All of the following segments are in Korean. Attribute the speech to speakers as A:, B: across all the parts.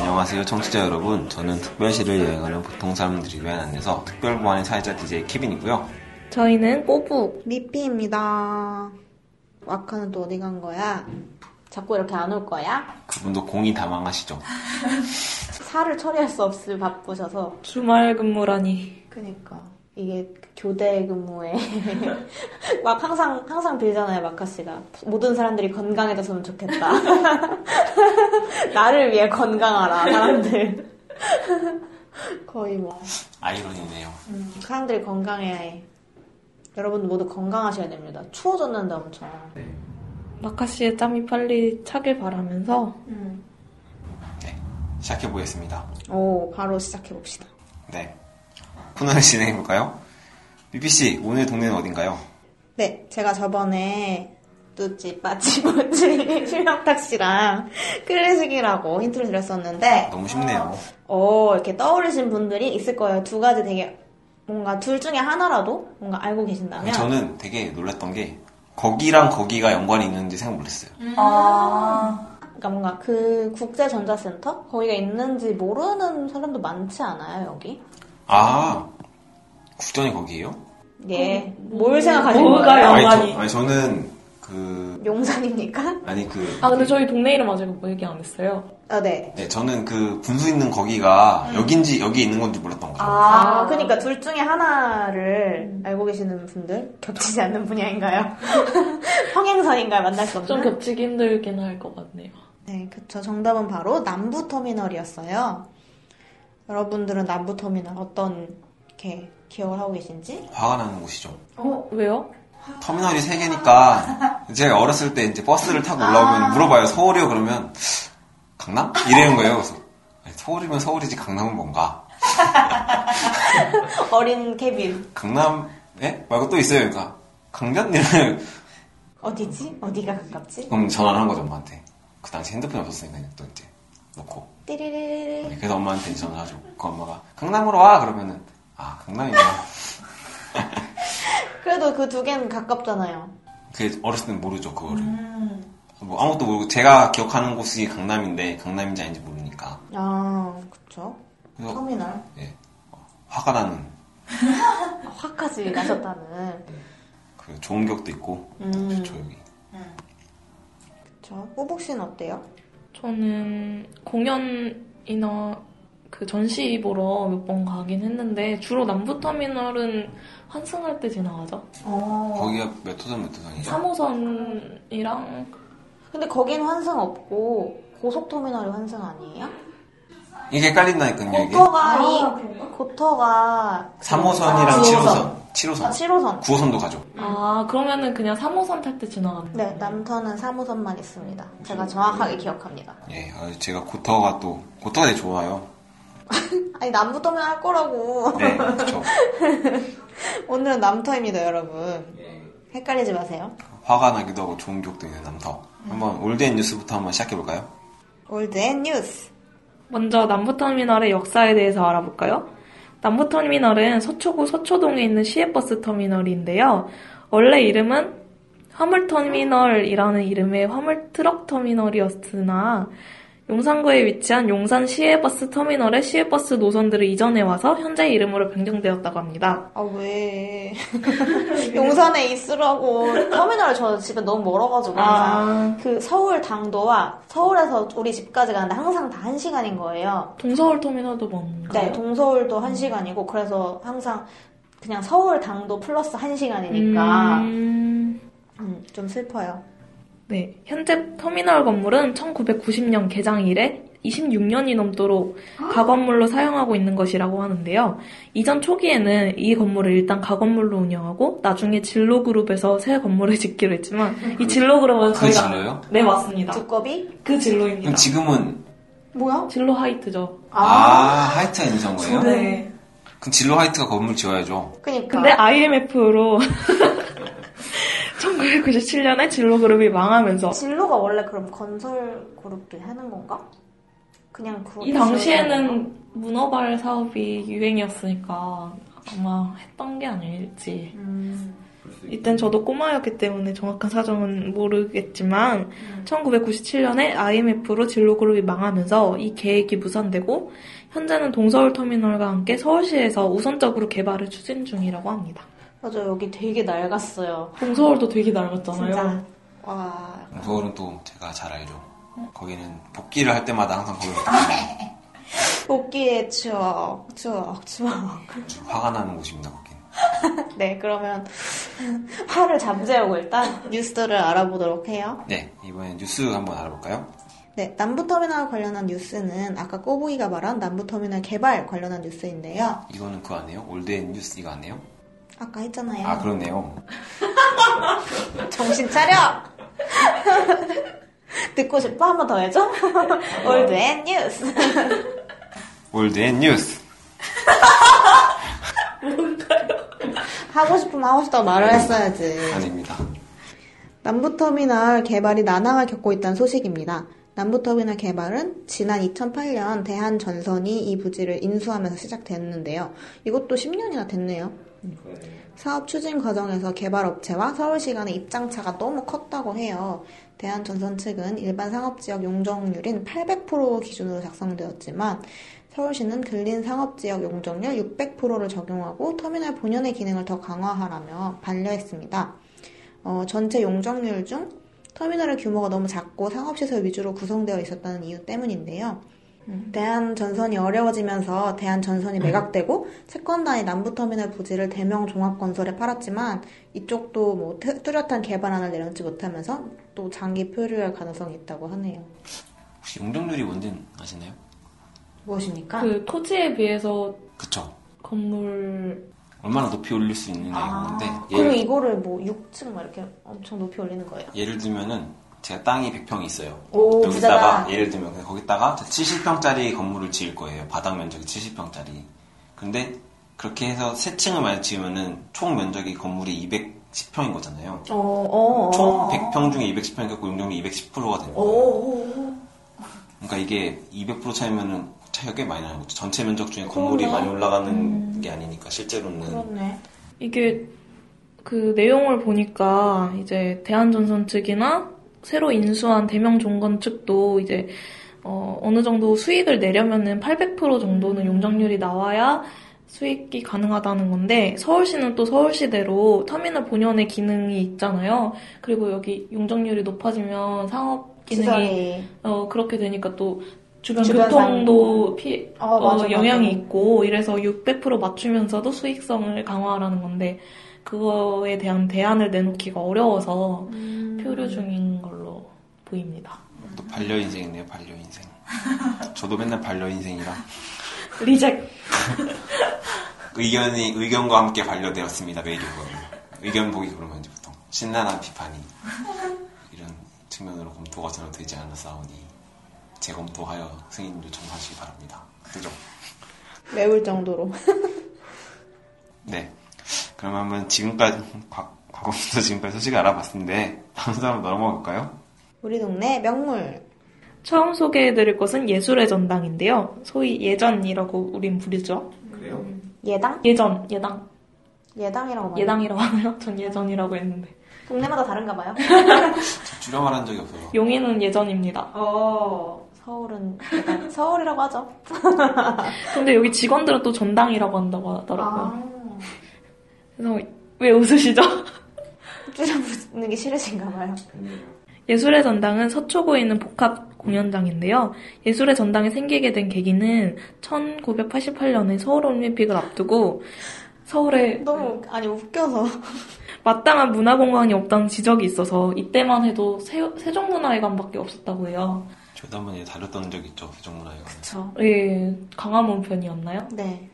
A: 안녕하세요 청취자 여러분 저는 특별시를 여행하는 보통 사람들이 위한 안에서 특별보안의 사회자 DJ 케빈이고요
B: 저희는 꼬북.
C: 리피입니다. 와카는 또 어디 간 거야?
B: 자꾸 이렇게 안 올 거야?
A: 그분도 공이 다 망하시죠
C: 살을 처리할 수 없을 바쁘셔서.
B: 주말 근무라니.
C: 그니까. 이게 교대 근무에. 막 항상, 항상 빌잖아요, 마카 씨가. 모든 사람들이 건강해졌으면 좋겠다. 나를 위해 건강하라, 사람들. 거의 뭐.
A: 아이러니네요
C: 음, 사람들이 건강해야 해. 여러분 모두 건강하셔야 됩니다. 추워졌는데 엄청.
A: 네.
B: 마카 씨의 땀이 빨리 차길 바라면서
C: 음.
A: 네, 시작해보겠습니다
C: 오, 바로 시작해봅시다.
A: 네 코너를 진행해볼까요? BBC 오늘 동네는 어딘가요?
C: 네, 제가 저번에 뚜찌 빠찌모찌 실명탁 씨랑 클래식이라고 힌트를 드렸었는데
A: 너무 쉽네요
C: 어 이렇게 떠오르신 분들이 있을 거예요. 두 가지 되게 뭔가 둘 중에 하나라도 뭔가 알고 계신다면
A: 네, 저는 되게 놀랐던 게 거기랑 거기가 연관이 있는지 생각 못했어요
D: 아,
C: 그러니까 뭔가 그 국제전자센터 거기가 있는지 모르는 사람도 많지 않아요 여기.
A: 아 국전이 거기예요?
C: 예, 뭘 생각하시는
B: 뭐가
C: 거예요?
B: 영화-
A: 아니,
B: 연관이.
A: 저, 아니 저는 그
C: 용산입니까?
A: 아니 그
B: 아 근데 저희 동네 이름 아직 뭐 얘기 안 했어요.
C: 아 네.
A: 네, 저는 그 분수 있는 거기가 여긴지 여기 있는 건지 몰랐던 거죠.
C: 아,
D: 아,
C: 그러니까 둘 중에 하나를 알고 계시는 분들 겹치지 않는 분야인가요? 평행선인가요? 만날 수 없는.
B: 좀 겹치기 힘들긴 할 것 같네요.
C: 네, 그쵸. 정답은 바로 남부터미널이었어요. 여러분들은 남부터미널 어떤 이렇게 기억을 하고 계신지?
A: 화가 나는 곳이죠.
B: 어 왜요?
A: 터미널이 세 개니까 제가 어렸을 때 이제 버스를 타고 올라오면 물어봐요. 서울이요? 그러면 강남? 이래는 거예요. 그래서 아니, 서울이면 서울이지 강남은 뭔가.
C: 어린 케빈.
A: 강남에 말고 또 있어요. 그러니까 강변 이러면
C: 어디지? 어디가 가깝지?
A: 그럼 전화를 한 거죠 엄마한테. 그 당시 핸드폰이 없었으니까 이제 또 이제 놓고.
C: 띠리리리리.
A: 네, 그래서 엄마한테 이제 전화하죠. 그 엄마가 강남으로 와 그러면은 아 강남이구나.
C: 그래도 그 두 개는 가깝잖아요.
A: 그게 어렸을 땐 모르죠 그거를.
D: 음,
A: 뭐 아무것도 모르고 제가 기억하는 곳이 강남인데 강남인지 아닌지 모르니까
C: 아, 그쵸.
A: 그래서
C: 터미널. 아,
A: 예, 화가 나는
C: 화까지 나셨다는.
A: 그 좋은 기억도 있고
C: 음,
A: 조용히
D: 음.
C: 그쵸. 뽀복 씨는 어때요?
B: 저는 공연이나 그 전시 보러 몇 번 가긴 했는데 주로 남부터미널은 환승할 때 지나가죠.
D: 어.
A: 거기가 몇 호선 몇 호선이죠?
B: 3호선이랑
C: 근데 거긴 환승 없고, 고속터미널이 환승 아니에요?
A: 이게 깔린다니까요 이게
C: 고터가
D: 아,
C: 이,
D: 그래요?
C: 고터가
A: 3호선이랑
D: 아,
A: 7호선
C: 아,
A: 7호선
C: 7호선.
A: 9호선도 가죠
B: 아 그러면은 그냥 3호선 탈 때 지나가는
C: 네,
B: 거예요?
C: 남터는 3호선만 있습니다. 제가 정확하게 기억합니다.
A: 예, 아, 제가 고터가 또 고터가 되게 좋아요
C: 아니, 남부터면 할 거라고.
A: 네 그쵸
C: 오늘은 남터입니다, 여러분.
A: 네.
C: 헷갈리지 마세요.
A: 화가 나기도 하고 좋은 기억도 있는 남터 한번 올드앤 뉴스부터 한번 시작해볼까요?
C: 올드 앤 뉴스.
B: 먼저 남부터미널의 역사에 대해서 알아볼까요? 남부터미널은 서초구 서초동에 있는 시외버스 터미널인데요. 원래 이름은 화물터미널이라는 이름의 화물트럭 터미널이었으나 용산구에 위치한 용산 시외버스 터미널의 시외버스 노선들을 이전해 와서 현재 이름으로 변경되었다고 합니다.
C: 아, 왜. 용산에 있으라고. 터미널 저 집에 너무 멀어가지고.
D: 아.
C: 항상 그 서울 당도와 서울에서 우리 집까지 가는데 항상 다 1시간인 거예요.
B: 동서울 터미널도 뭔가요?
C: 네, 동서울도 1시간이고, 그래서 항상 그냥 서울 당도 플러스 1시간이니까,
B: 음...
C: 좀 슬퍼요.
B: 네, 현재 터미널 건물은 1990년 개장 이래 26년이 넘도록 가건물로 사용하고 있는 것이라고 하는데요. 이전 초기에는 이 건물을 일단 가건물로 운영하고 나중에 진로그룹에서 새 건물을 짓기로 했지만 이 진로그룹은
A: 그
B: 저희가
A: 진로요?
B: 네 맞습니다.
C: 두꺼비?
B: 그 진로입니다.
A: 그럼 지금은
C: 뭐야?
B: 진로 하이트죠.
A: 아, 하이트가 인정 거예요?
B: 네. 아.
A: 그럼 진로 하이트가 건물 지어야죠
C: 그니까.
B: 근데 IMF로 1997년에 진로그룹이 망하면서
C: 진로가 원래 그럼 건설 그룹들이 하는 건가? 그냥 그렇게.
B: 이 당시에는 문어발 사업이 유행이었으니까 아마 했던 게 아닐지.
C: 음,
B: 이땐 저도 꼬마였기 때문에 정확한 사정은 모르겠지만 1997년에 IMF로 진로그룹이 망하면서 이 계획이 무산되고 현재는 동서울터미널과 함께 서울시에서 우선적으로 개발을 추진 중이라고 합니다.
C: 맞아 여기 되게 낡았어요.
B: 동서울도 되게 낡았잖아요.
C: 진짜 와
A: 서울은 또 제가 잘 알죠. 거기는 복귀를 할 때마다 항상 거기로
C: 아, 네.
A: 가요.
C: 복귀의 추억 추억 추억.
A: 화가 나는 곳입니다. 거긴.
C: 네 그러면 화를 잠재우고 일단 뉴스들을 알아보도록 해요.
A: 네 이번에 뉴스 한번 알아볼까요?
C: 네, 남부터미널 관련한 뉴스는 아까 꼬부기가 말한 남부터미널 개발 관련한 뉴스인데요.
A: 이거는 그거 아니에요? 올드앤 뉴스 이거 아니에요?
C: 아까 했잖아요.
A: 아 그렇네요.
C: 정신 차려! 듣고 싶어? 한 번 더 해줘? 올드 앤 뉴스.
A: 올드앤 뉴스.
C: 하고 싶으면 하고 싶다고 말을 했어야지.
A: 아닙니다.
C: 남부터미널 개발이 난항을 겪고 있다는 소식입니다. 남부터미널 개발은 지난 2008년 대한전선이 이 부지를 인수하면서 시작됐는데요. 이것도 10년이나 됐네요. 사업 추진 과정에서 개발업체와 서울시 간의 입장차가 너무 컸다고 해요. 대한전선 측은 일반 상업지역 용적률인 800% 기준으로 작성되었지만 서울시는 근린 상업지역 용적률 600%를 적용하고 터미널 본연의 기능을 더 강화하라며 반려했습니다. 어, 전체 용적률 중 터미널의 규모가 너무 작고 상업시설 위주로 구성되어 있었다는 이유 때문인데요. 대한전선이 어려워지면서 대한전선이 매각되고 채권단이 남부터미널 부지를 대명 종합건설에 팔았지만 이쪽도 뭐 뚜- 뚜렷한 개발안을 내놓지 못하면서 또 장기 표류할 가능성이 있다고 하네요.
A: 혹시 용적률이 뭔지 아시나요?
C: 무엇입니까?
B: 그 토지에 비해서
A: 그쵸.
B: 건물
A: 얼마나 높이 올릴 수 있느냐였는데
C: 아. 그럼
A: 예를,
C: 이거를 뭐 6층 막 이렇게 엄청 높이 올리는 거예요.
A: 예를 들면은 제가 땅이 100평이 있어요.
C: 오,
A: 여기다가
C: 부자다.
A: 예를 들면 그냥 거기다가 70평짜리 건물을 지을 거예요. 바닥 면적이 70평짜리. 근데 그렇게 해서 세 층을 많이 지으면은 총 면적이 건물이 210평인 거잖아요.
C: 어, 어, 어.
A: 총 100평 중에 210평이 갖고 용적률이 210%가 되는
C: 오,
A: 거예요.
C: 오, 오.
A: 그러니까 이게 200% 차이면은 차이가 꽤 많이 나는 거죠. 전체 면적 중에 건물이 많이 올라가는 게 아니니까 실제로는
C: 음. 그렇네.
B: 이게 그 내용을 보니까 이제 대한전선 측이나 새로 인수한 대명 종건 측도 이제 어, 어느 정도 수익을 내려면은 800% 정도는 용적률이 나와야 수익이 가능하다는 건데 서울시는 또 서울시대로 터미널 본연의 기능이 있잖아요. 그리고 여기 용적률이 높아지면 상업 기능이
C: 시설이.
B: 어, 그렇게 되니까 또 주변
C: 주변
B: 교통도 피,
C: 어,
B: 어,
C: 맞아, 맞아.
B: 영향이 있고 이래서 600% 맞추면서도 수익성을 강화하라는 건데 그거에 대한 대안을 내놓기가 어려워서
C: 음.
B: 표류 중인 걸로 보입니다.
A: 또 반려 인생이네요, 반려 인생. 저도 맨날 반려 인생이라
B: 리젝.
A: 의견이 의견과 함께 반려되었습니다 매일 의견 보기 그러면 이제 보통 신나는 비판이 이런 측면으로 검토가 전혀 되지 않았사오니 재검토하여 승인 요청하시기 바랍니다. 그죠?
C: 매울 정도로.
A: 네. 그럼 한번 지금까지 과- 과거부터 지금까지 소식 알아봤는데 다음 사람 넘어가 볼까요?
C: 우리 동네 명물.
B: 처음 소개해드릴 것은 예술의 전당인데요. 소위 예전이라고 우린 부르죠.
A: 그래요?
C: 예당?
B: 예전, 예당.
C: 예당이라고 말해요.
B: 예당이라고 하나요? 전 예전이라고 했는데.
C: 동네마다 다른가 봐요.
A: 줄여 말한 적이 없어서
B: 용인은 예전입니다.
C: 어, 서울은 약간 서울이라고 하죠.
B: 근데 여기 직원들은 또 전당이라고 한다고 하더라고요.
C: 아.
B: 그래서 왜 웃으시죠?
C: 줄여 부르는 게 싫으신가 봐요.
B: 예술의 전당은 서초구에 있는 복합 공연장인데요. 예술의 전당이 생기게 된 계기는 1988년에 서울 올림픽을 앞두고 서울에
C: 너무 아니 웃겨서.
B: 마땅한 문화공간이 없다는 지적이 있어서 이때만 해도 세, 세종문화회관밖에 없었다고 해요.
A: 저도 한번 이제 다뤘던 적 있죠 세종문화회관.
C: 그쵸.
B: 예, 강화문 편이었나요?
C: 네.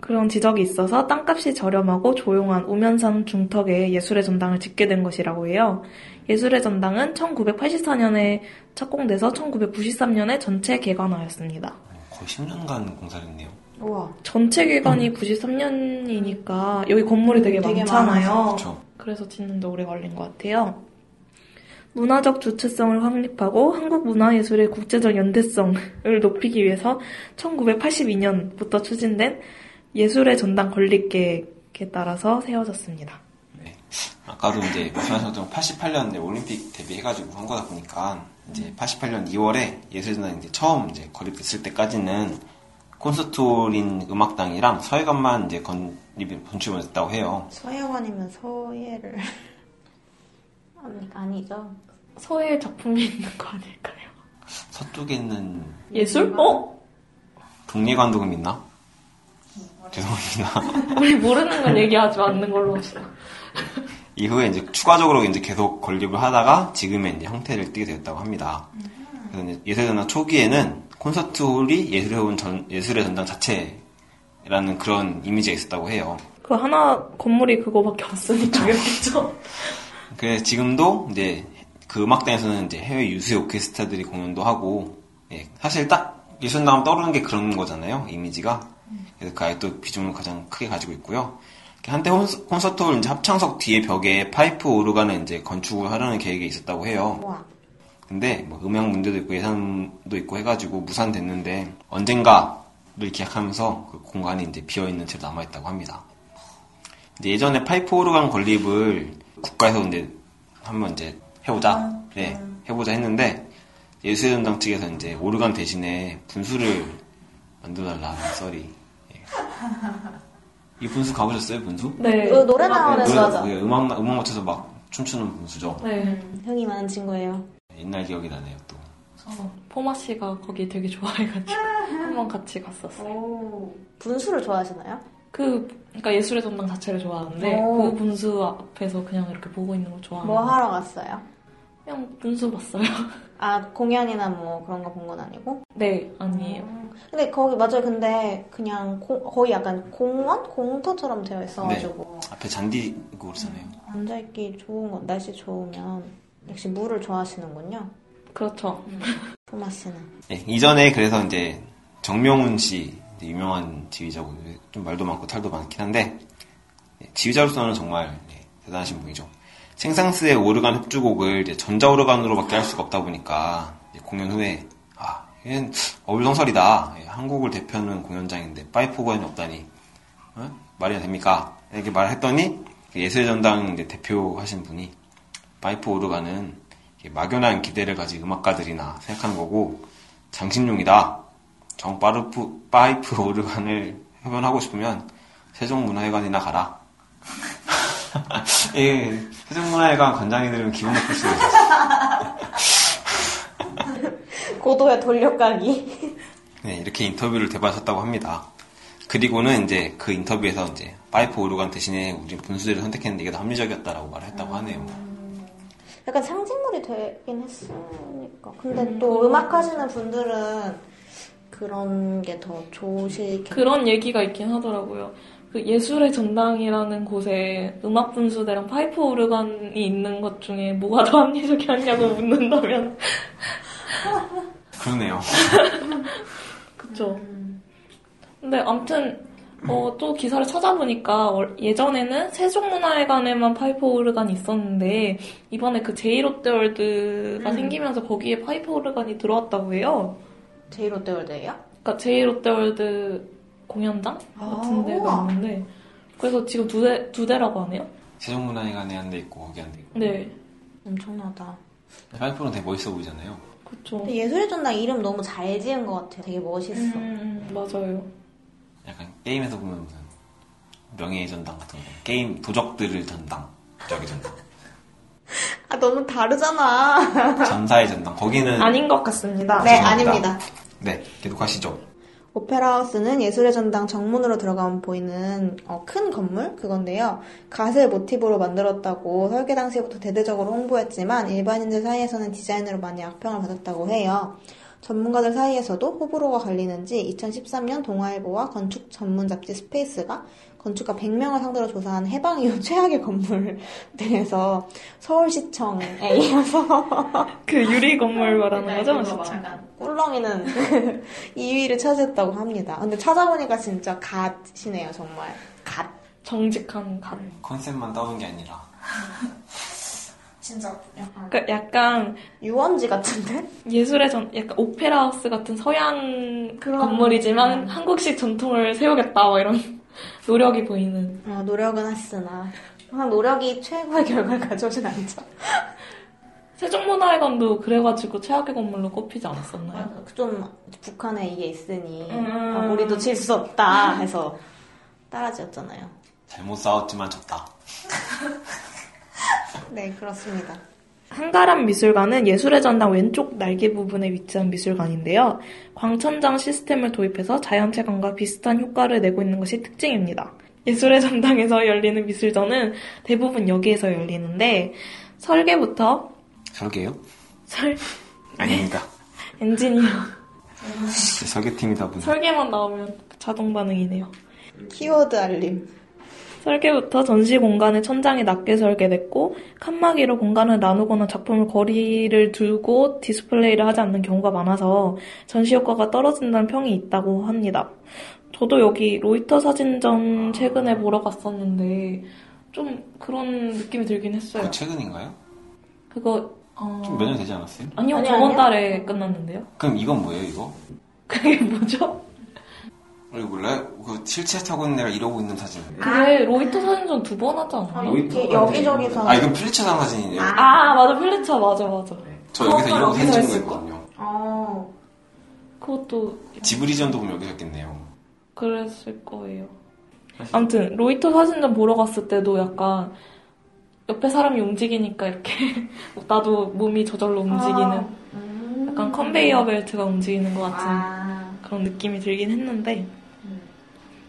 B: 그런 지적이 있어서 땅값이 저렴하고 조용한 우면산 중턱에 예술의 전당을 짓게 된 것이라고 해요. 예술의 전당은 1984년에 착공돼서 1993년에 전체 개관하였습니다.
A: 거의 10년간 공사를 했네요.
C: 우와.
B: 전체 개관이 93년이니까 여기 건물이 음. 되게,
C: 되게
B: 많잖아요.
A: 그렇죠.
B: 그래서 짓는데 오래 걸린 것 같아요. 문화적 주체성을 확립하고 한국 문화예술의 국제적 연대성을 높이기 위해서 1982년부터 추진된 예술의 전당 건립 계획에 따라서 세워졌습니다.
A: 네. 아까도 이제 말씀하셨던 88년 올림픽 데뷔해가지고 한 거다 보니까 이제 88년 2월에 예술전당 이제 처음 이제 건립됐을 때까지는 콘서트홀인 음악당이랑 서예관만 이제 건립이 건축을 했다고 해요.
C: 서예관이면 서예를 아니, 아니죠.
B: 서예 작품이 있는 거 아닐까요?
A: 서쪽에 있는
B: 예술? 어?
A: 독립관도금 있나? 죄송합니다.
B: 우리 모르는 걸 얘기하지 않는 걸로 합시다.
A: 이후에 이제 추가적으로 이제 계속 건립을 하다가 지금의 이제 형태를 띠게 되었다고 합니다. 그래서 이제 예술의 전당 초기에는 콘서트홀이 예술의, 온 전, 예술의 전당 자체라는 그런 이미지가 있었다고 해요.
B: 그 하나 건물이 그거밖에 없으니까 그렇겠죠?
A: 그래서 지금도 이제 그 음악단에서는 이제 해외 유수의 오케스트라들이 공연도 하고, 예, 사실 딱 예술다운 떠오르는 게 그런 거잖아요, 이미지가. 그래서 그 아예 또 비중을 가장 크게 가지고 있고요. 한때 콘서- 콘서트홀 이제 합창석 뒤에 벽에 파이프 오르간을 이제 건축을 하려는 계획이 있었다고 해요.
C: 우와.
A: 근데 뭐 음향 문제도 있고 예산도 있고 해가지고 무산됐는데 언젠가를 기약하면서 그 공간이 이제 비어있는 채로 남아있다고 합니다. 이제 예전에 파이프 오르간 건립을 국가에서 이제 한번 이제 해보자,
C: 아,
A: 네,
C: 음.
A: 해보자 했는데 예술연당 측에서 이제 오르간 대신에 분수를 만들어달라 썰이. 예. 이 분수 가보셨어요 분수?
B: 네.
C: 그 노래 나오는
A: 노래,
C: 맞아.
A: 예, 음악 음악 맞춰서 막 춤추는 분수죠.
B: 네.
C: 흥이 많은 친구예요.
A: 옛날 기억이 나네요 또.
B: 어, 포마 씨가 거기 되게 좋아해가지고 한번 같이 갔었어요.
D: 오.
C: 분수를 좋아하시나요?
B: 그 그러니까 예술의 전당 자체를 좋아하는데
C: 오.
B: 그 분수 앞에서 그냥 이렇게 보고 있는 걸 좋아하는.
C: 뭐 하러 갔어요?
B: 그냥 분수 봤어요.
C: 아 공연이나 뭐 그런 거 본 건 아니고?
B: 네 아니에요.
C: 근데 거기 맞아요. 근데 그냥 고- 거의 약간 공원 공터처럼 되어 있어가지고
B: 네.
A: 앞에 잔디 그거 그러잖아요.
C: 앉아있기 좋은 건 날씨 좋으면 역시 물을 좋아하시는군요.
B: 그렇죠.
C: 토마 씨는
A: 예, 이전에 그래서 이제 정명훈 씨 이제 유명한 지휘자고 좀 말도 많고 탈도 많긴 한데 예, 지휘자로서는 정말 예, 대단하신 분이죠. 생상스의 오르간 협주곡을 이제 전자 오르간으로밖에 할 수가 없다 보니까 이제 공연 후에 아 이건 어불성설이다. 예, 한국을 대표하는 공연장인데 파이프 오르간이 없다니 어? 말이 됩니까? 이렇게 말했더니 그 예술의 전당 이제 대표하신 분이 파이프 오르간은 이렇게 막연한 기대를 가진 음악가들이나 생각한 거고 장식용이다. 정 파르프 파이프 오르간을 협연하고 싶으면 세종문화회관이나 가라. 예, 세종문화회관 관장이들은 기분 나쁠 수도 있어요.
C: 고도의 돌려가기.
A: 네, 이렇게 인터뷰를 대받았다고 합니다. 그리고는 이제 그 인터뷰에서 이제 파이프 오르간 대신에 우리 분수대를 선택했는데 이게 더 합리적이었다라고 말했다고 하네요. 뭐.
C: 약간 상징물이 되긴 했으니까. 근데 또 음악 하시는 분들은 그런 게 더 좋으시겠.
B: 그런 얘기가 있긴 하더라고요. 그 예술의 전당이라는 곳에 음악 분수대랑 파이프 오르간이 있는 것 중에 뭐가 더 합리적이었냐고 묻는다면
A: 그러네요.
B: 그쵸.
C: 음.
B: 근데 아무튼 어, 또 기사를 찾아보니까 월- 예전에는 세종문화회관에만 파이프 오르간이 있었는데 이번에 그 제2롯데월드가
C: 음.
B: 생기면서 거기에 파이프 오르간이 들어왔다고 해요.
C: 제일 롯데월드예요?
B: 그러니까 제2롯데월드 공연장
C: 아,
B: 같은
C: 우와.
B: 데가 있는데 그래서 지금 두, 대, 두 대라고 하네요.
A: 세종문화회관에 한 대 있고 거기 한 대 있고.
B: 네,
C: 엄청나다.
A: 파이프는 되게 멋있어 보이잖아요.
B: 그쵸.
C: 근데 예술의 전당 이름 너무 잘 지은 것 같아요. 되게 멋있어.
B: 음, 맞아요.
A: 약간 게임에서 보면 무슨 명예의 전당 같은 거 게임 도적들을 전당 도적의 전당
C: 아 너무 다르잖아.
A: 전사의 전당 거기는
B: 아닌 것 같습니다.
C: 네
A: 죄송합니다.
C: 아닙니다.
A: 네 계속 하시죠
C: 오페라 하우스는 예술의 전당 정문으로 들어가면 보이는 어, 큰 건물 그건데요. 갓을 모티브로 만들었다고 설계 당시부터 대대적으로 홍보했지만 일반인들 사이에서는 디자인으로 많이 악평을 받았다고 해요. 전문가들 사이에서도 호불호가 갈리는지 2013년 동아일보와 건축 전문 잡지 스페이스가 건축가 100명을 상대로 조사한 해방 이후 최악의 건물 등에서 서울시청에 이어서
B: 그 유리 건물 네, 말하는 거죠? 진짜.
C: 꿀렁이는 2위를 차지했다고 합니다. 근데 찾아보니까 진짜 갓이네요, 정말. 갓.
B: 정직한 감.
A: 컨셉만 따온 게 아니라
D: 진짜 약간
B: 그러니까 약간
C: 유원지 같은데?
B: 예술의 전 약간 오페라 하우스 같은 서양
C: 그런-
B: 건물이지만
C: 음.
B: 한국식 전통을 세우겠다 막 이런 뭐 노력이 보이는
C: 어, 노력은 아, 했으나 한 노력이 최고의 결과를 가져오진 않죠.
B: 세종문화회관도 그래가지고 최악의 건물로 꼽히지 않았었나요?
C: 좀 북한에 이게 있으니
B: 음.
C: 아, 우리도 질 수 없다 해서 따라지었잖아요.
A: 잘못 싸웠지만 졌다.
C: 네, 그렇습니다.
B: 한가람 미술관은 예술의 전당 왼쪽 날개 부분에 위치한 미술관인데요. 광천장 시스템을 도입해서 자연체감과 비슷한 효과를 내고 있는 것이 특징입니다. 예술의 전당에서 열리는 미술전은 대부분 여기에서 열리는데 설계부터
A: 설계요?
B: 설
A: 아닙니다.
C: 네.
A: 네,
B: 엔지니어
A: 설계팀이다 보니
B: 설계만 나오면 자동 반응이네요.
C: 키워드 알림.
B: 설계부터 전시 공간의 천장이 낮게 설계됐고 칸막이로 공간을 나누거나 작품을 거리를 두고 디스플레이를 하지 않는 경우가 많아서 전시 효과가 떨어진다는 평이 있다고 합니다. 저도 여기 로이터 사진전 최근에 보러 갔었는데 좀 그런 느낌이 들긴 했어요.
A: 그거 최근인가요?
B: 그거 어...
A: 좀 몇 년 되지 않았어요?
B: 아니요
C: 아니,
B: 저번
C: 아니요?
B: 달에 끝났는데요.
A: 그럼 이건 뭐예요 이거?
B: 그게 뭐죠?
A: 이거 몰라요? 그 실체 타고 있는 애가 이러고 있는 사진
C: 아.
B: 그게 로이터 사진전 두 번 하지 않나요?
C: 여기- 여기저기서.
A: 아 이건 플리츠상 사진이에요
C: 아.
B: 아 맞아 필리차 맞아 맞아.
A: 저 여기서 이러고 사진 찍은
B: 여기서
A: 거
B: 했을까?
A: 있거든요
C: 어,
B: 그것도
A: 지브리전도 보면 여기서 했겠네요
B: 그랬을 거예요. 아무튼 로이터 사진전 보러 갔을 때도 약간 옆에 사람이 움직이니까 이렇게 나도 몸이
C: 아.
B: 저절로 움직이는 약간 컨베이어 벨트가 움직이는 것 같은
C: 음. 아,
B: 그런 느낌이 들긴 했는데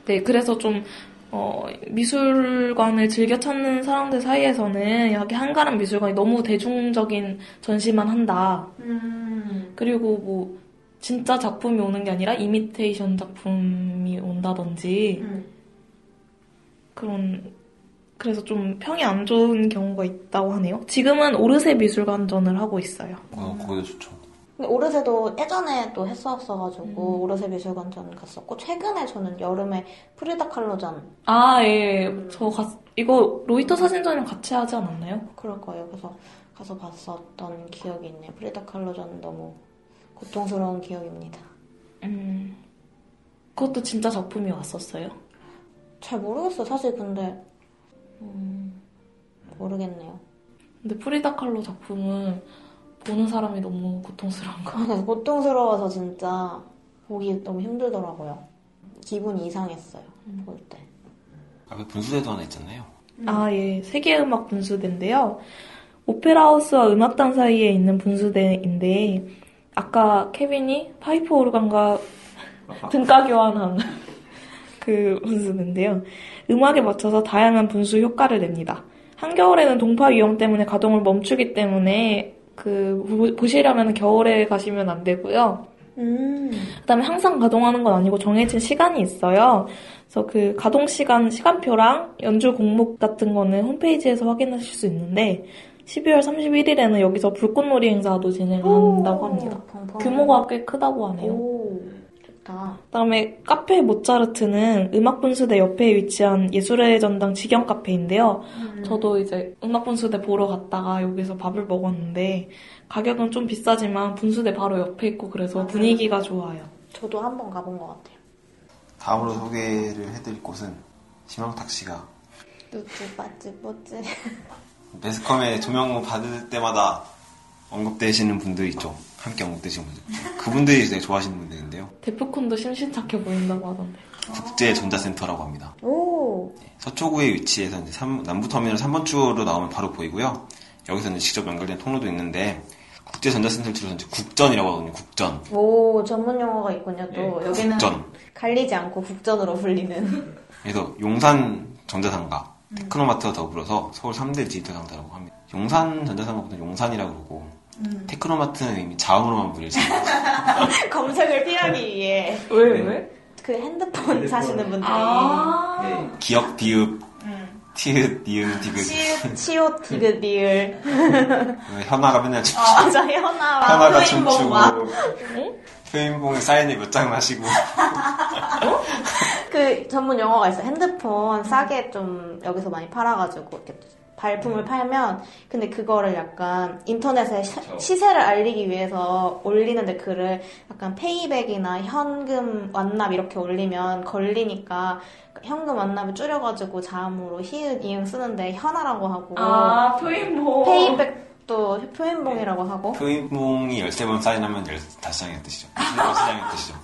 B: 네 그래서 좀 어, 미술관을 즐겨 찾는 사람들 사이에서는 여기 한가람 미술관이 너무 대중적인 전시만 한다
C: 음,
B: 그리고 뭐 진짜 작품이 오는 게 아니라 이미테이션 작품이 온다든지
C: 음.
B: 그런 그래서 좀 평이 안 좋은 경우가 있다고 하네요. 지금은 오르세 미술관전을 하고 있어요.
A: 어, 거기도 좋죠
C: 근데 오르세도 예전에 또 했었어가지고
B: 음.
C: 오르세 미술관전 갔었고 최근에 저는 여름에 프리다 칼로전
B: 아 예, 저 갔, 이거 로이터 사진전이랑 같이 하지 않았나요?
C: 그럴 거예요. 그래서 가서 봤었던 기억이 있네요. 프리다 칼로전 너무 고통스러운 기억입니다.
B: 음, 그것도 진짜 작품이 왔었어요.
C: 잘 모르겠어요. 사실 근데 음, 모르겠네요.
B: 근데 프리다 칼로 작품은 보는 사람이 너무 고통스러운 거.
C: 그래서 고통스러워서 진짜 보기 너무 힘들더라고요. 기분이 이상했어요.
B: 음.
C: 볼 때.
A: 앞에 분수대도 하나 있잖아요
B: 아, 예. 세계음악 분수대인데요. 오페라하우스와 음악단 사이에 있는 분수대인데, 아까 케빈이 파이프 오르간과 등가 교환한 그 분수대인데요. 음악에 맞춰서 다양한 분수 효과를 냅니다. 한겨울에는 동파 위험 때문에 가동을 멈추기 때문에 그 보- 보시려면 겨울에 가시면 안 되고요.
C: 음.
B: 그다음에 항상 가동하는 건 아니고 정해진 시간이 있어요. 그래서 그 가동 시간 시간표랑 연주 공목 같은 거는 홈페이지에서 확인하실 수 있는데 12월 31일에는 여기서 불꽃놀이 행사도 진행한다고 합니다. 규모가 꽤 크다고 하네요.
C: 오, 좋다.
B: 그다음에 카페 모차르트는 음악 분수대 옆에 위치한 예술의 전당 직영 카페인데요.
C: 음.
B: 저도 이제 음악 분수대 보러 갔다가 여기서 밥을 먹었는데 가격은 좀 비싸지만 분수대 바로 옆에 있고 그래서 분위기가 좋아요.
C: 저도 한 번 가본 것 같아요.
A: 다음으로 소개를 해드릴 곳은 심영탁 씨가
C: 뚜뚜 빠찌 뽀찌.
A: 매스컴에 조명 받을 때마다 언급되시는 분들 있죠 함께 언급되시는 분들 있죠 그분들이 되게 좋아하시는 분들인데요
B: 데프콘도 심심찮게 보인다고 하던데.
A: 국제전자센터라고 합니다
C: 오,
A: 서초구에 위치해서 이제 삼- 남부터미널 3번 출구로 나오면 바로 보이고요. 여기서 이제 직접 연결된 통로도 있는데 국제전자센터를 줄여서 이제 국전이라고 하거든요. 국전.
C: 오, 전문 용어가 있군요, 또. 여기는
A: 국전.
C: 갈리지 않고 국전으로 불리는.
A: 그래서 용산 전자상가, 테크노마트와 더불어서 서울 3대 디지털 상가라고 합니다. 용산 전자상가 보통 용산이라고 그러고
C: 음.
A: 테크노마트는 이미 자음으로만 불리지.
C: 검색을 피하기 위해.
B: 왜 왜?
C: 그 네. 핸드폰 사시는 분들이.
B: 아.
A: 기억 디읍,
C: 음.
A: 티읕, 니은,
C: 그
A: 디귿.
C: 치오 디귿 리을.
A: 현아가 맨날 춤추고
C: 맞아, 현아.
A: 현아가
C: 표인봉
A: 춤추고
C: 막. 네?
A: 표인봉에 사인을 몇 장 하시고
C: 그 전문 용어가 있어요. 핸드폰 싸게 좀 여기서 많이 팔아가지고 이렇게 발품을 팔면 근데 그거를 약간 인터넷에 시, 시세를 알리기 위해서 올리는데 글을 약간 페이백이나 현금 완납 이렇게 올리면 걸리니까 현금 완납을 줄여가지고 자음으로 히읗 이응 쓰는데 현아라고 하고
B: 아 표인봉
C: 페이백도 표인봉이라고 하고
A: 표인봉이 13번 사인하면 15장의 뜻이죠. 15장의 뜻이죠.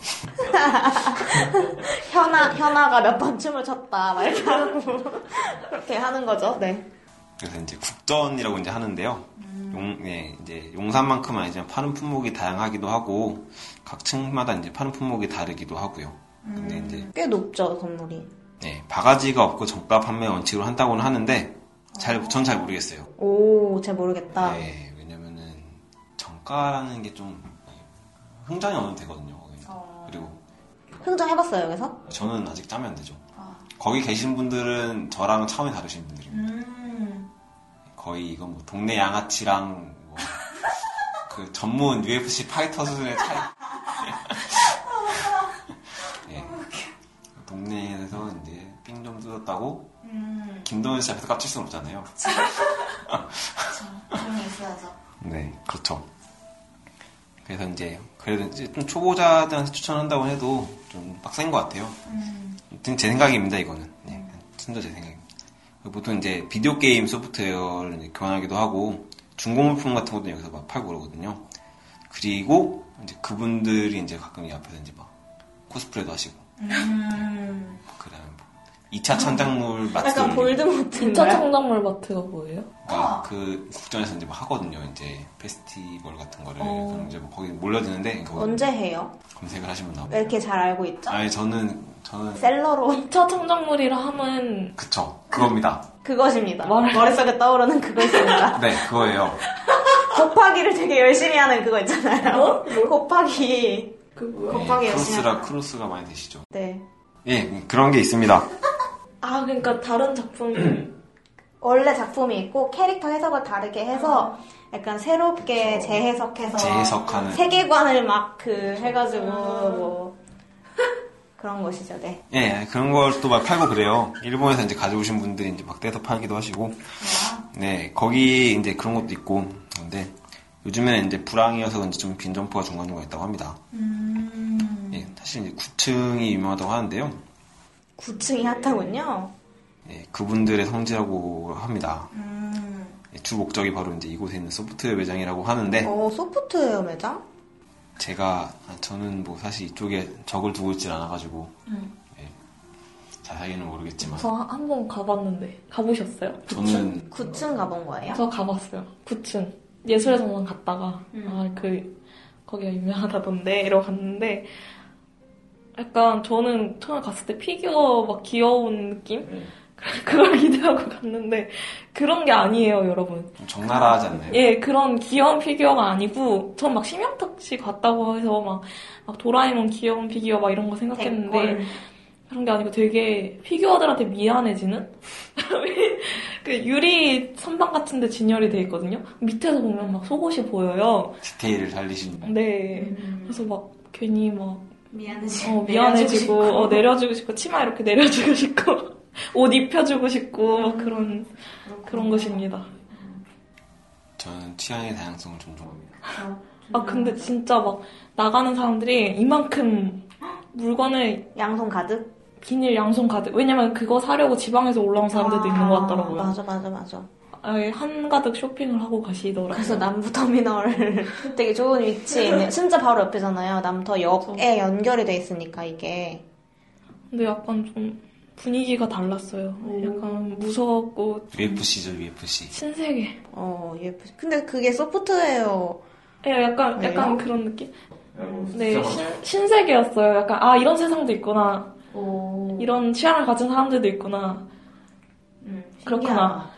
C: 현아 현아가 몇 번 춤을 췄다 막 이렇게 하는 거 그렇게 하는 거죠. 네.
A: 그래서 이제 국전이라고 이제 하는데요.
D: 음.
A: 용, 네, 이제 용산만큼 은 아니지만 파는 품목이 다양하기도 하고 각 층마다 이제 파는 품목이 다르기도 하고요. 근데
D: 음.
A: 이제
C: 꽤 높죠 건물이.
A: 네, 바가지가 없고 정가 판매 원칙으로 한다고는 하는데
D: 아.
A: 잘, 전 잘 모르겠어요.
C: 오, 잘 모르겠다.
A: 네, 왜냐면은 정가라는 게 좀 흥정이 어느 되거든요. 거기는.
D: 어.
A: 그리고
C: 흥정 해봤어요 여기서?
A: 저는 아직 짜면 안 되죠.
D: 아.
A: 거기 계신 분들은 저랑 차원이 다르신 분들이에요.
D: 음.
A: 거의 이건 뭐 동네 양아치랑 뭐 그 전문 UFC 파이터 수준의 차이. 예. 동네에서 이제 삥 좀 뜯었다고
D: 음.
A: 김동현 씨 앞에서 깝칠 수는 없잖아요.
D: 그쵸. 조용히 있어야죠.
A: 네, 그렇죠. 그래서 이제 그래도 이제 좀 초보자들한테 추천한다고 해도 좀 빡센 것 같아요.
D: 음.
A: 아무튼 제 생각입니다 이거는. 네, 진짜 제 생각입니다. 보통 이제 비디오 게임 소프트웨어를 이제 교환하기도 하고 중고 물품 같은 것도 여기서 막 팔고 그러거든요. 그리고 이제 그분들이 이제 가끔 이 앞에서 이제 막 코스프레도 하시고
D: 음.
A: 그다음 뭐 2차 창작물 마트
C: 아, 약간
B: 진짜
C: 볼드모트인가요?
B: 청정물 마트가 뭐예요?
A: 아, 그 국전에서 이제 막 하거든요. 이제 페스티벌 같은 거를
B: 어.
A: 그럼 이제 뭐 거기 몰려드는데 그거
C: 언제 네. 해요?
A: 검색을 하시면
C: 왜
A: 나와요.
C: 이렇게 잘 알고 있죠?
A: 아니 저는 저는
C: 셀러로
B: 2차 청정물이라 함은
A: 그쵸 그겁니다.
C: 그것입니다.
B: 뭘.
C: 머릿속에 떠오르는 그거 있습니다.
A: 네 그거예요.
C: 곱하기를 되게 열심히 하는 그거 있잖아요. 곱하기.
B: 그 뭐야?
C: 곱하기
A: 예,
C: 열심히
A: 크로스라
C: 하는.
A: 크로스가 많이 되시죠.
C: 네.
A: 예, 그런 게 있습니다.
B: 아 그러니까 다른 작품
C: 원래 작품이 있고 캐릭터 해석을 다르게
B: 아.
C: 해서 약간 새롭게 재해석해서
A: 재해석하는.
C: 세계관을 막 그 해가지고 뭐 그런 것이죠. 네.
A: 예, 그런 걸 또 막 팔고 그래요. 일본에서 이제 가져오신 분들이 이제 막 떼서 팔기도 하시고.
C: 아.
A: 네, 거기 이제 그런 것도 있고. 근데 요즘에는 이제 불황이어서 그런지 좀 빈점포가 중간중간 있다고 합니다.
D: 음.
A: 예, 사실 이제 9층이 유명하다고 하는데요.
C: 9층이 핫하군요.
A: 예, 그분들의 성지라고 합니다.
D: 음.
A: 예, 주 목적이 바로 이제 이곳에 있는 소프트웨어 매장이라고 하는데,
C: 어, 소프트웨어 매장?
A: 제가, 아, 저는 뭐 사실 이쪽에 적을 두고 있질 않아가지고,
D: 음.
A: 예, 자세히는 모르겠지만,
B: 저 한 번 가봤는데 가보셨어요?
A: 저는
C: 9층 가본 거예요?
B: 저 가봤어요. 9층 예술의 정원 갔다가
C: 음.
B: 아 그 거기가 유명하다던데 이러고 갔는데 약간 저는 처음에 갔을 때 피규어 막 귀여운 느낌 그걸 기대하고 갔는데 그런 게 아니에요, 여러분.
A: 좀 적나라하지 않나요?
B: 예, 그런 귀여운 피규어가 아니고 전 막 심영탁 씨 같다고 해서 막, 막 도라에몽 귀여운 피규어 막 이런 거 생각했는데
C: 댓글.
B: 그런 게 아니고 되게 피규어들한테 미안해지는? 그 유리 선반 같은데 진열이 돼 있거든요. 밑에서 보면 막 속옷이 보여요.
A: 디테일을 살리신
B: 네.
D: 음.
B: 그래서 막 괜히 막
D: 미안해지.
B: 어, 미안해지고 어, 내려주고 싶고 치마 이렇게 내려주고 싶고 옷 입혀주고 싶고 막 그런 그런 것입니다.
A: 저는 취향의 다양성을 존중합니다.
B: 아 근데 진짜 막 나가는 사람들이 이만큼 물건을
C: 양손 가득?
B: 비닐 양손 가득 왜냐면 그거 사려고 지방에서 올라온 사람들도 있는 것 같더라고요.
C: 맞아, 맞아, 맞아.
B: 아예 한가득 쇼핑을 하고 가시더라고요.
C: 그래서 남부터미널 되게 좋은 위치에 있는, 진짜 바로 옆이잖아요. 남터역에 연결이 돼 있으니까 이게.
B: 근데 약간 좀 분위기가 달랐어요. 약간 무서웠고
A: UFC죠, UFC.
B: 신세계.
C: 어, 예쁘 근데 그게 소프트웨어.
B: 예, 약간
C: 그래요?
B: 약간 그런 느낌. 네, 신, 신세계였어요. 약간 아 이런 세상도 있구나.
C: 오.
B: 이런 취향을 가진 사람들도 있구나.
D: 음.
B: 그렇구나.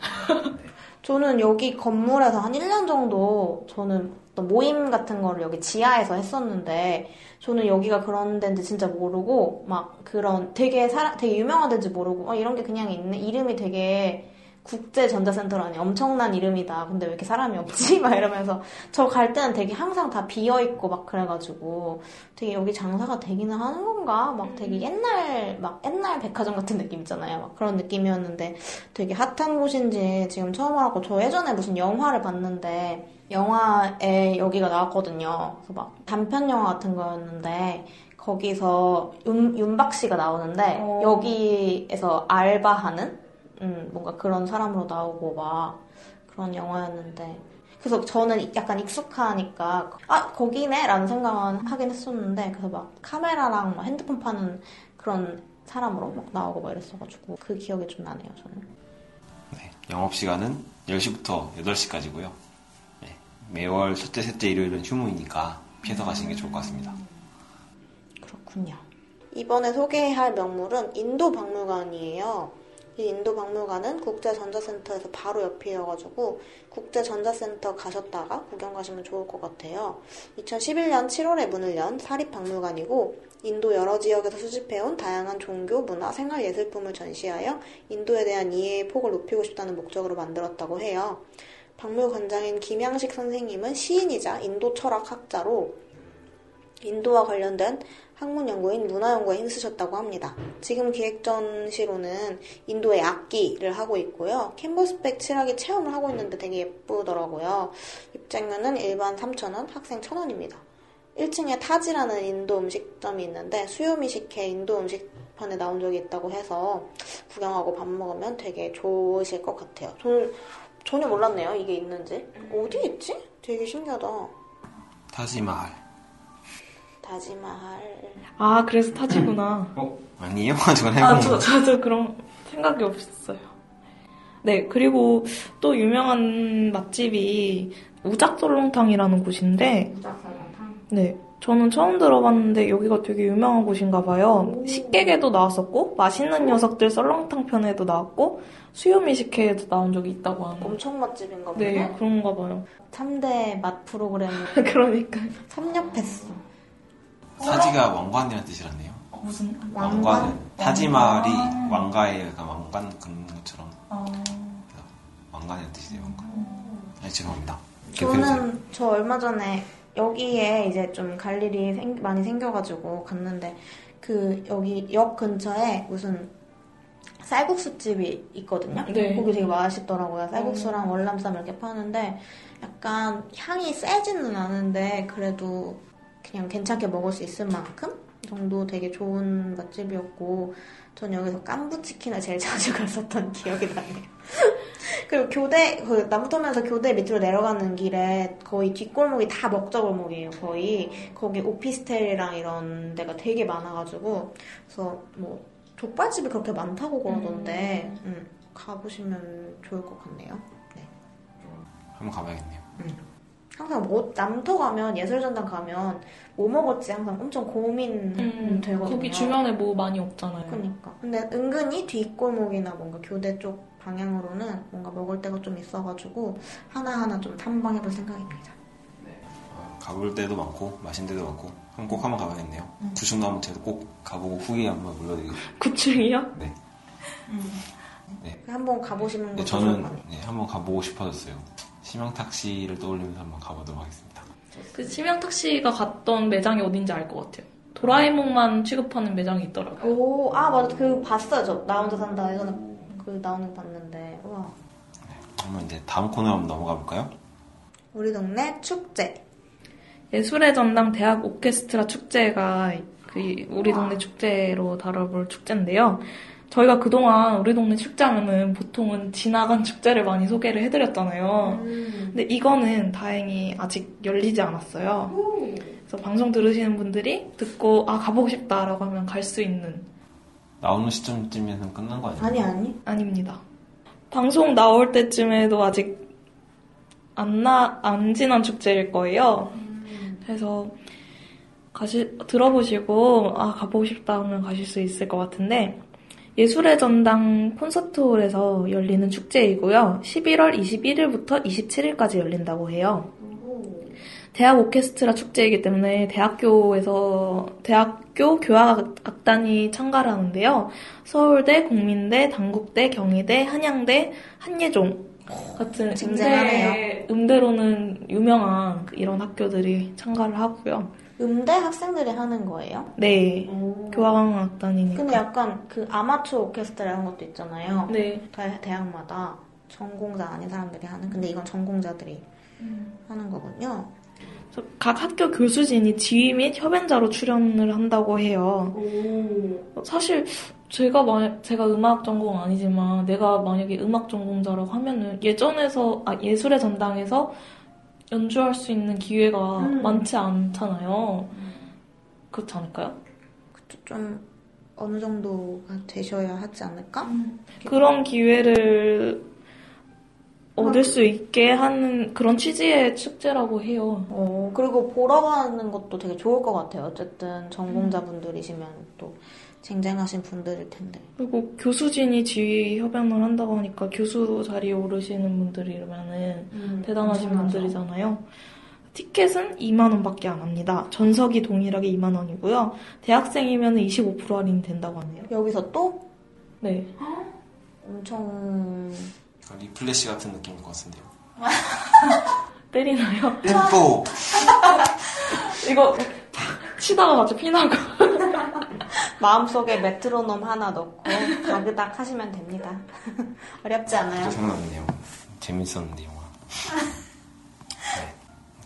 C: 저는 여기 건물에서 한 1년 정도 저는 어떤 모임 같은 거를 여기 지하에서 했었는데 저는 여기가 그런 데인지 진짜 모르고 막 그런 되게 사람 되게 유명한 데인지 모르고 어, 이런 게 그냥 있네 이름이 되게 국제전자센터라니 엄청난 이름이다. 근데 왜 이렇게 사람이 없지? 막 이러면서 저 갈 때는 되게 항상 다 비어 있고 막 그래가지고 되게 여기 장사가 되기는 하는 건가? 막 되게 옛날 막 옛날 백화점 같은 느낌 있잖아요. 막 그런 느낌이었는데 되게 핫한 곳인지 지금 처음 알았고 저 예전에 무슨 영화를 봤는데 영화에 여기가 나왔거든요. 그래서 막 단편 영화 같은 거였는데 거기서 윤, 윤박 씨가 나오는데
D: 어.
C: 여기에서 알바하는 음, 뭔가 그런 사람으로 나오고 막 그런 영화였는데 그래서 저는 약간 익숙하니까 아 거기네 라는 생각은 하긴 했었는데 그래서 막 카메라랑 막 핸드폰 파는 그런 사람으로 막 나오고 막 이랬어가지고 그 기억이 좀 나네요 저는
A: 네, 영업 시간은 10시부터 8시까지고요. 네, 매월 첫째, 셋째, 일요일은 휴무이니까 피해서 가시는 게 좋을 것 같습니다.
B: 음.
C: 그렇군요 이번에 소개할 명물은 인도 박물관이에요 이 인도 박물관은 국제전자센터에서 바로 옆이어가지고 국제전자센터 가셨다가 구경 가시면 좋을 것 같아요 2011년 7월에 문을 연 사립박물관이고 인도 여러 지역에서 수집해온 다양한 종교, 문화, 생활 예술품을 전시하여 인도에 대한 이해의 폭을 높이고 싶다는 목적으로 만들었다고 해요. 박물관장인 김양식 선생님은 시인이자 인도 철학학자로 인도와 관련된 학문 연구인 문화 연구에 힘쓰셨다고 합니다. 지금 기획전시로는 인도의 악기를 하고 있고요. 캔버스백 칠하기 체험을 하고 있는데 되게 예쁘더라고요. 입장료는 일반 3,000원, 학생 1,000원입니다. 1층에 타지라는 인도 음식점이 있는데 수요미식회 인도 음식판에 나온 적이 있다고 해서 구경하고 밥 먹으면 되게 좋으실 것 같아요. 저는 전혀 몰랐네요. 이게 있는지. 어디 있지? 되게 신기하다.
A: 타지마할.
C: 다지마할.
B: 아, 그래서 타지구나.
A: 어? 아니에요? 저건 해본
B: 아,
A: 거.
B: 저, 저도 그런 생각이 없었어요. 네, 그리고 또 유명한 맛집이 우작설렁탕이라는 곳인데,
D: 무작사탕.
B: 네, 저는 처음 들어봤는데 여기가 되게 유명한 곳인가 봐요. 식객에도 나왔었고, 맛있는 녀석들 썰렁탕 편에도 나왔고, 수요미식회에도 나온 적이 있다고 하는.
C: 엄청 맛집인가 보네.
B: 네, 그런가 봐요.
C: 3대 맛 프로그램
B: 그러니까.
C: 섭렵했어.
A: 타지가 왕관이라는 뜻이라네요.
D: 무슨
A: 왕관은 타지마할이 왕가의 그 왕관 긋는 것처럼
D: 어.
A: 왕관이라는 뜻이에요. 왕관. 아, 죄송합니다. 기억해주세요.
C: 저는 저 얼마 전에 여기에 이제 좀 갈 일이 생- 많이 생겨가지고 갔는데 그 여기 역 근처에 무슨 쌀국수 집이 있거든요.
B: 네.
C: 거기 되게 맛있더라고요. 쌀국수랑 월남쌈 이렇게 파는데 약간 향이 세지는 않은데 그래도 그냥 괜찮게 먹을 수 있을 만큼 정도 되게 좋은 맛집이었고 전 여기서 깐부치킨을 제일 자주 갔었던 기억이 나네요. 그리고 교대 그 남부터면서 교대 밑으로 내려가는 길에 거의 뒷골목이 다 먹자골목이에요. 거의 거기 오피스텔이랑 이런 데가 되게 많아가지고 그래서 뭐 족발집이 그렇게 많다고 그러던데 음, 가보시면 좋을 것 같네요.
A: 한번 가봐야겠네요.
C: 항상 뭐 남토 가면 예술전당 가면 뭐 먹을지 항상 엄청 고민 되거든요.
B: 음, 거기 주변에 뭐 많이 없잖아요.
C: 음, 그러니까. 근데 은근히 뒷골목이나 뭔가 교대 쪽 방향으로는 뭔가 먹을 데가 좀 있어가지고 하나하나 좀 탐방해볼 생각입니다.
A: 어, 가볼 때도 많고 맛있는 데도 많고 한번 꼭 한번 가봐야겠네요. 구충 가면 제가 꼭 가보고 후기 한번 물려드리겠습니다.
B: 구충이요?
A: 네.
C: 한번 가보시는
A: 네,
C: 것도 좋을 것
A: 저는
C: 같아요.
A: 네, 한번 가보고 싶어졌어요. 심영탁 씨를 떠올리면서 한번 가보도록 하겠습니다.
B: 그 심영탁 씨가 갔던 매장이 어딘지 알 것 같아요. 도라에몽만 취급하는 매장이 있더라고요.
C: 오, 아 맞아, 그 봤어요, 저 나 혼자 산다 예전에 그 나오는 거 봤는데, 와,
A: 한번 이제 다음 코너 한번 넘어가 볼까요?
C: 우리 동네 축제.
B: 예술의 전당 대학 오케스트라 축제가 그 우리 동네 축제로 다뤄볼 축제인데요. 저희가 그동안 우리 동네 축제하면은 보통은 지나간 축제를 많이 소개를 해드렸잖아요. 근데 이거는 다행히 아직 열리지 않았어요. 그래서 방송 들으시는 분들이 듣고 아 가보고 싶다라고 하면 갈 수 있는
A: 나오는 시점쯤에는 끝난 거 아니에요?
C: 아니 아니,
B: 아닙니다. 방송 나올 때쯤에도 아직 안, 나, 안 지난 축제일 거예요. 그래서 가시, 들어보시고, 아, 가보고 싶다 하면 가실 수 있을 것 같은데, 예술의 전당 콘서트홀에서 열리는 축제이고요. 11월 21일부터 27일까지 열린다고 해요. 대학 오케스트라 축제이기 때문에 대학교에서 대학교 교향악단이 참가를 하는데요. 서울대, 국민대, 당국대, 경희대, 한양대, 한예종 같은
C: 쟁쟁하네요.
B: 음대, 음대로는 유명한 그 이런 학교들이 참가를 하고요.
C: 음대 학생들이 하는 거예요?
B: 네,
C: 오.
B: 교향악단이니까.
C: 근데 약간 그 아마추어 오케스트라 이런 것도 있잖아요.
B: 네,
C: 대- 대학마다 전공자 아닌 사람들이 하는. 근데 이건 전공자들이 하는 거군요.
B: 그래서 각 학교 교수진이 지휘 및 협연자로 출연을 한다고 해요.
D: 오.
B: 사실 제가 만약 제가 음악 전공 아니지만 내가 만약에 음악 전공자라고 하면은 예전에서 아, 예술의 전당에서 연주할 수 있는 기회가
C: 음.
B: 많지 않잖아요. 그렇지 않을까요?
C: 그쵸, 좀 어느 정도가 되셔야 하지 않을까?
B: 그런 기회를
C: 아, 그
B: 얻을 수 있게 하는 그런 취지의 축제라고 해요.
C: 어, 그리고 보러 가는 것도 되게 좋을 것 같아요. 어쨌든 전공자분들이시면 또 쟁쟁하신 분들일 텐데.
B: 그리고 교수진이 지휘 협연을 한다고 하니까 교수 자리에 오르시는 분들이면은 음, 대단하신 분들이잖아요. 티켓은 2만원 밖에 안 합니다. 전석이 동일하게 2만원이고요. 대학생이면 25% 할인 된다고 하네요.
C: 여기서 또
B: 네.
C: 엄청
A: 약간 리플래시 같은 느낌일 것 같은데요.
B: 때리나요?
A: 뽀!
B: 이거 치다가 갑자기 피나고.
C: 마음속에 메트로놈 하나 넣고 다그닥 하시면 됩니다. 어렵지 않아요.
A: 또 생각나네요. 재밌었는데 영화. 네.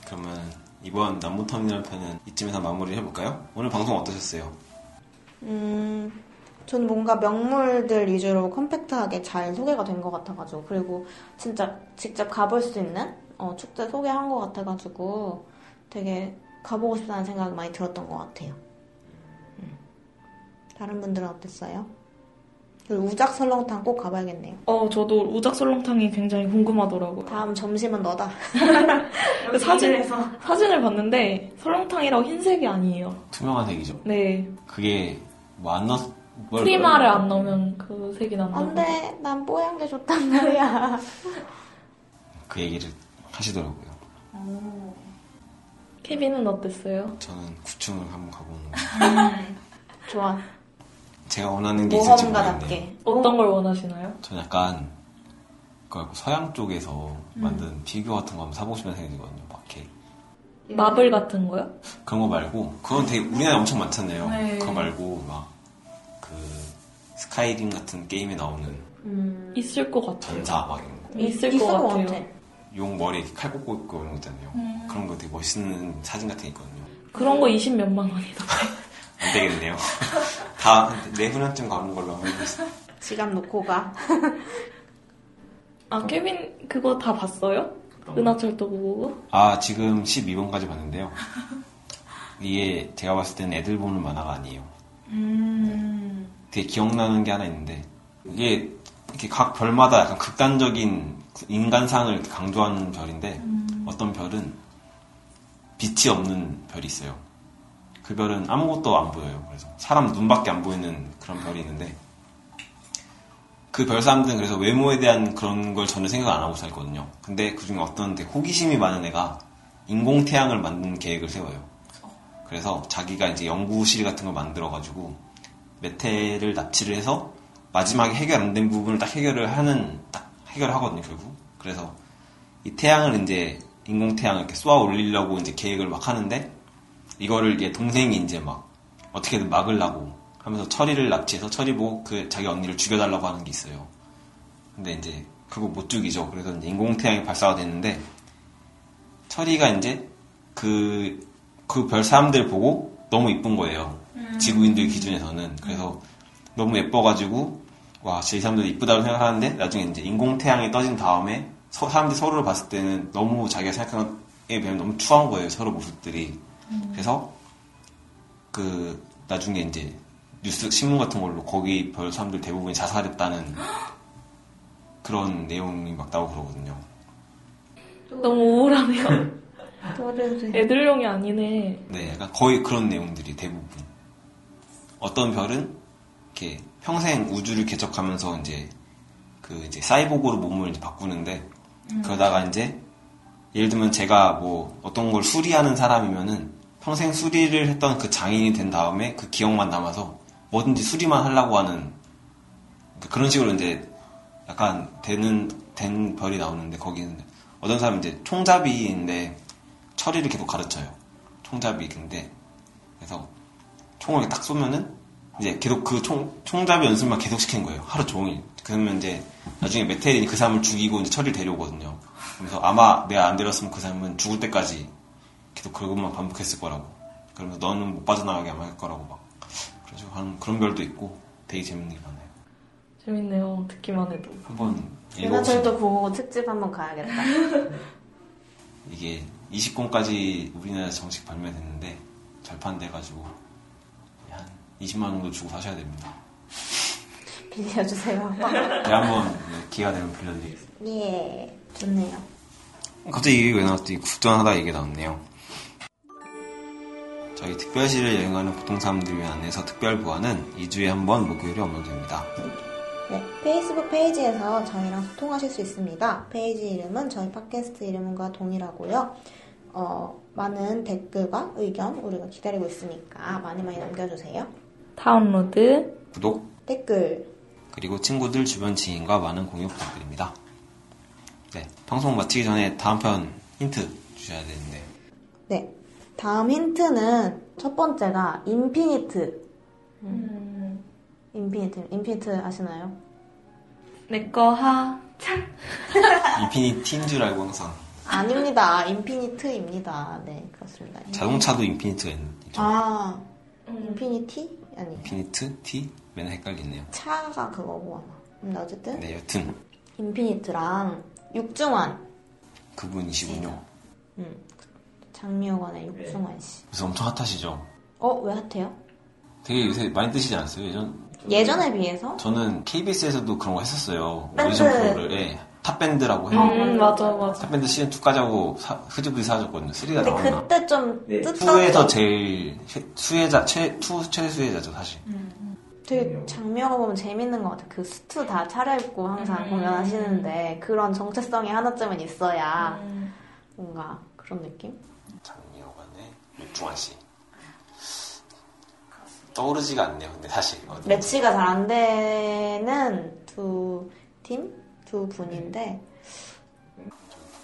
A: 그러면 이번 남부터미널 편은 이쯤에서 마무리를 해볼까요? 오늘 방송 어떠셨어요?
C: 음, 저는 뭔가 명물들 위주로 컴팩트하게 잘 소개가 된 것 같아가지고 그리고 진짜 직접 가볼 수 있는 어, 축제 소개한 것 같아가지고 되게 가보고 싶다는 생각이 많이 들었던 것 같아요. 음. 다른 분들은 어땠어요? 그 우작 설렁탕 꼭 가봐야겠네요.
B: 어, 저도 우작 설렁탕이 굉장히 궁금하더라고요.
C: 다음 점심은 너다.
B: 그 사진에서 사진을 봤는데 설렁탕이라고 흰색이 아니에요.
A: 투명한 색이죠.
B: 네.
A: 그게 뭐 안 넣었... 뭘-
B: 프리마를 안 넣으면 그 색이 난다고.
C: 안돼, 난 뽀얀 게 좋단 말이야.
A: 그 얘기를 하시더라고요.
D: 오.
B: 케빈은 어땠어요?
A: 저는 구충을 한번 가보는 거예요.
C: 좋아.
A: 제가 원하는 게 있을지 모르겠네요.
C: 모험가답게.
B: 어떤 걸 원하시나요?
A: 전 약간 그 서양 쪽에서
C: 음.
A: 만든 피규어 같은 거 한번 사보고 싶은 생각이 들거든요. 막 이렇게
B: 마블 같은 거요?
A: 그런 거 말고 그건 되게 우리나라에 엄청 많잖아요.
D: 네.
A: 그거 말고 막 그 스카이림 같은 게임에 나오는
C: 음,
B: 있을 것 같아요.
A: 전사 막 이런 거.
B: 음, 있을
C: 있을
B: 것
C: 것
B: 같아요.
C: 같아.
A: 용 머리에 이렇게 칼 꽂고 있고 이런 거 있잖아요. 그런 거 되게 멋있는 사진 같은 게 있거든요.
B: 그런 거 20 몇만 원이다.
A: 안 되겠네요. 다내 후년쯤 가는 걸로 알고 있어요.
C: 지갑 놓고 가.
B: 아, 케빈 그거 다 봤어요?
A: 어. 그럼.
B: 은하철도 보고?
A: 아 지금 12번까지 봤는데요. 이게 제가 봤을 때는 애들 보는 만화가 아니에요.
D: 음.
A: 되게 기억나는 게 하나 있는데 이게 이렇게 각 별마다 약간 극단적인 인간상을 강조하는 별인데 어떤 별은 빛이 없는 별이 있어요. 그 별은 아무것도 안 보여요. 그래서 사람 눈밖에 안 보이는 그런 별이 있는데 그 별 사람들은 그래서 외모에 대한 그런 걸 전혀 생각 안 하고 살거든요. 근데 그 중에 어떤 되게 호기심이 많은 애가 인공 태양을 만드는 계획을 세워요. 그래서 자기가 이제 연구실 같은 걸 만들어가지고 메테를 납치를 해서 마지막에 해결 안 된 부분을 딱 해결을 하는 딱 해결을 하거든요 결국 그래서 이 태양을 이제 인공 태양을 이렇게 쏘아 올리려고 이제 계획을 막 하는데 이거를 이제 동생이 이제 막 어떻게든 막으려고 하면서 철이를 납치해서 철이 보고 그 자기 언니를 죽여달라고 하는 게 있어요 근데 이제 결국 못 죽이죠 그래서 이제 인공 태양이 발사가 됐는데 철이가 이제 그 그 별 사람들 보고 너무 이쁜 거예요 지구인들 기준에서는 그래서 너무 예뻐가지고 와 진짜 이 사람들 이쁘다고 생각하는데 나중에 이제 인공 태양이 떠진 다음에 서- 사람들이 서로를 봤을 때는 너무 자기가 생각하는 에 비하면 너무 추한 거예요 서로 모습들이 그래서 그 나중에 이제 뉴스 신문 같은 걸로 거기 별 사람들 대부분이 자살했다는 그런 내용이 막 나오고 그러거든요
B: 너무 우울하네요.
C: 또르르.
B: 애들용이 아니네.
A: 네, 약간 거의 그런 내용들이 대부분. 어떤 별은 이렇게 평생 우주를 개척하면서 이제 그 이제 사이보그로 몸을 이제 바꾸는데 그러다가 이제 예를 들면 제가 뭐 어떤 걸 수리하는 사람이면은 평생 수리를 했던 그 장인이 된 다음에 그 기억만 남아서 뭐든지 수리만 하려고 하는 그런 식으로 이제 약간 되는 된 별이 나오는데 거기는 어떤 사람은 이제 총잡이인데 처리를 계속 가르쳐요. 총잡이 근데 그래서 총을 딱 쏘면은 이제 계속 그 총, 총잡이 연습만 계속 시키는 거예요. 하루 종일. 그러면 이제 나중에 메테린이 그 사람을 죽이고 이제 처리를 데려오거든요. 그래서 아마 내가 안 데렸으면 그 사람은 죽을 때까지 계속 그것만 반복했을 거라고. 그러면서 너는 못 빠져나가게 아마 할 거라고 막. 그런 식으로 하는 그런 별도 있고 되게 재밌는 게 많아요.
B: 재밌네요. 듣기만 해도.
A: 한번 읽어보시면
E: 은하철도 955 특집 한번 가야겠다.
A: 이게 20권까지 우리나라 정식 발매됐는데 절판돼가지고 한 20만 원 정도 주고 사셔야 됩니다.
E: 빌려주세요.
A: 제가 네, 한번 기회가 되면 빌려드리겠습니다.
E: 예, 좋네요.
A: 갑자기 이게 왜 나왔지? 국전하다 얘기 나왔네요. 저희 특별시를 여행하는 보통 사람들 위한 안내서 특별 보안은 2주에 한 번 목요일에 업로드됩니다.
C: 네, 페이스북 페이지에서 저희랑 소통하실 수 있습니다. 페이지 이름은 저희 팟캐스트 이름과 동일하고요. 어, 많은 댓글과 의견 우리가 기다리고 있으니까 많이 많이 남겨주세요.
B: 다운로드,
A: 구독,
C: 댓글
A: 그리고 친구들 주변 지인과 많은 공유 부탁드립니다. 네, 방송 마치기 전에 다음 편 힌트 주셔야 되는데
C: 네 다음 힌트는
E: 첫 번째가 인피니트.
D: 음.
E: 인피니트, 인피니트 아시나요?
B: 내꺼 하.
A: 인피니티인 줄 알고 항상
E: 아닙니다. 인피니트입니다. 네, 그렇습니다.
A: 자동차도 인피니트가 있죠.
C: 아
B: 음.
C: 인피니티 아니
A: 인피니트? 티? 맨날 헷갈리네요.
C: 차가 그거고 아마 음, 어쨌든
A: 네, 여튼
C: 인피니트랑 육중환
A: 그분이시군요.
C: 음, 장미호관의 육중환 씨.
A: 그래서 엄청 핫하시죠?
C: 어 왜 핫해요?
A: 되게 요새 많이 뜨시지 않았어요? 예전
C: 예전에 비해서?
A: 저는 KBS에서도 그런 거 했었어요.
C: 밴드.
A: 오디션 프로를 예, 탑밴드라고 해요.
B: 음, 맞아, 맞아.
A: 탑밴드 시즌 2까지 하고 사, 흐지부지 사라졌거든요. 3가
C: 근데
A: 나왔나?
C: 그때 좀
F: 네.
C: 뜻던
A: 2에서 제일 시- 수혜자, 최, 2 최대 수혜자죠 사실.
B: 음.
E: 되게 장면을 보면 재밌는 것 같아요. 그 수트 다 차려입고 항상
B: 음.
E: 공연하시는데 그런 정체성이 하나쯤은 있어야
B: 음.
E: 뭔가 그런 느낌?
A: 장미호관의 육중환 씨. 떠오르지가 않네요. 근데 사실 어디
E: 매치가 잘 안 되는
C: 두 팀? 두 분인데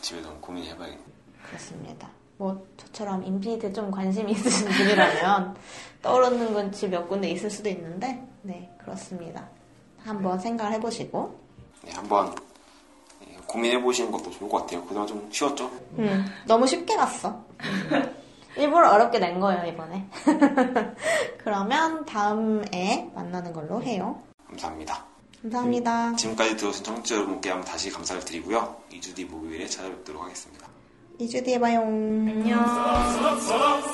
A: 집에 좀 고민해봐야겠네요.
C: 그렇습니다. 뭐 저처럼 인피니트에 좀 관심이 있으신 분이라면 떠오르는 건지 몇 군데 있을 수도 있는데 네 그렇습니다. 한번 생각을 해보시고
A: 네, 한번 예, 고민해 보시는 것도 좋을 것 같아요. 그동안 좀 쉬웠죠?
C: 음, 너무 쉽게 갔어.
E: 일부러 어렵게 낸 거예요 이번에.
C: 그러면 다음에 만나는 걸로 해요.
A: 감사합니다.
C: 감사합니다.
A: 지금까지 들어오신 청취자 여러분께 한번 다시 감사를 드리고요. 2주 뒤 목요일에 찾아뵙도록 하겠습니다.
C: 2주 뒤에 봐요.
B: 안녕.
F: 사람 사람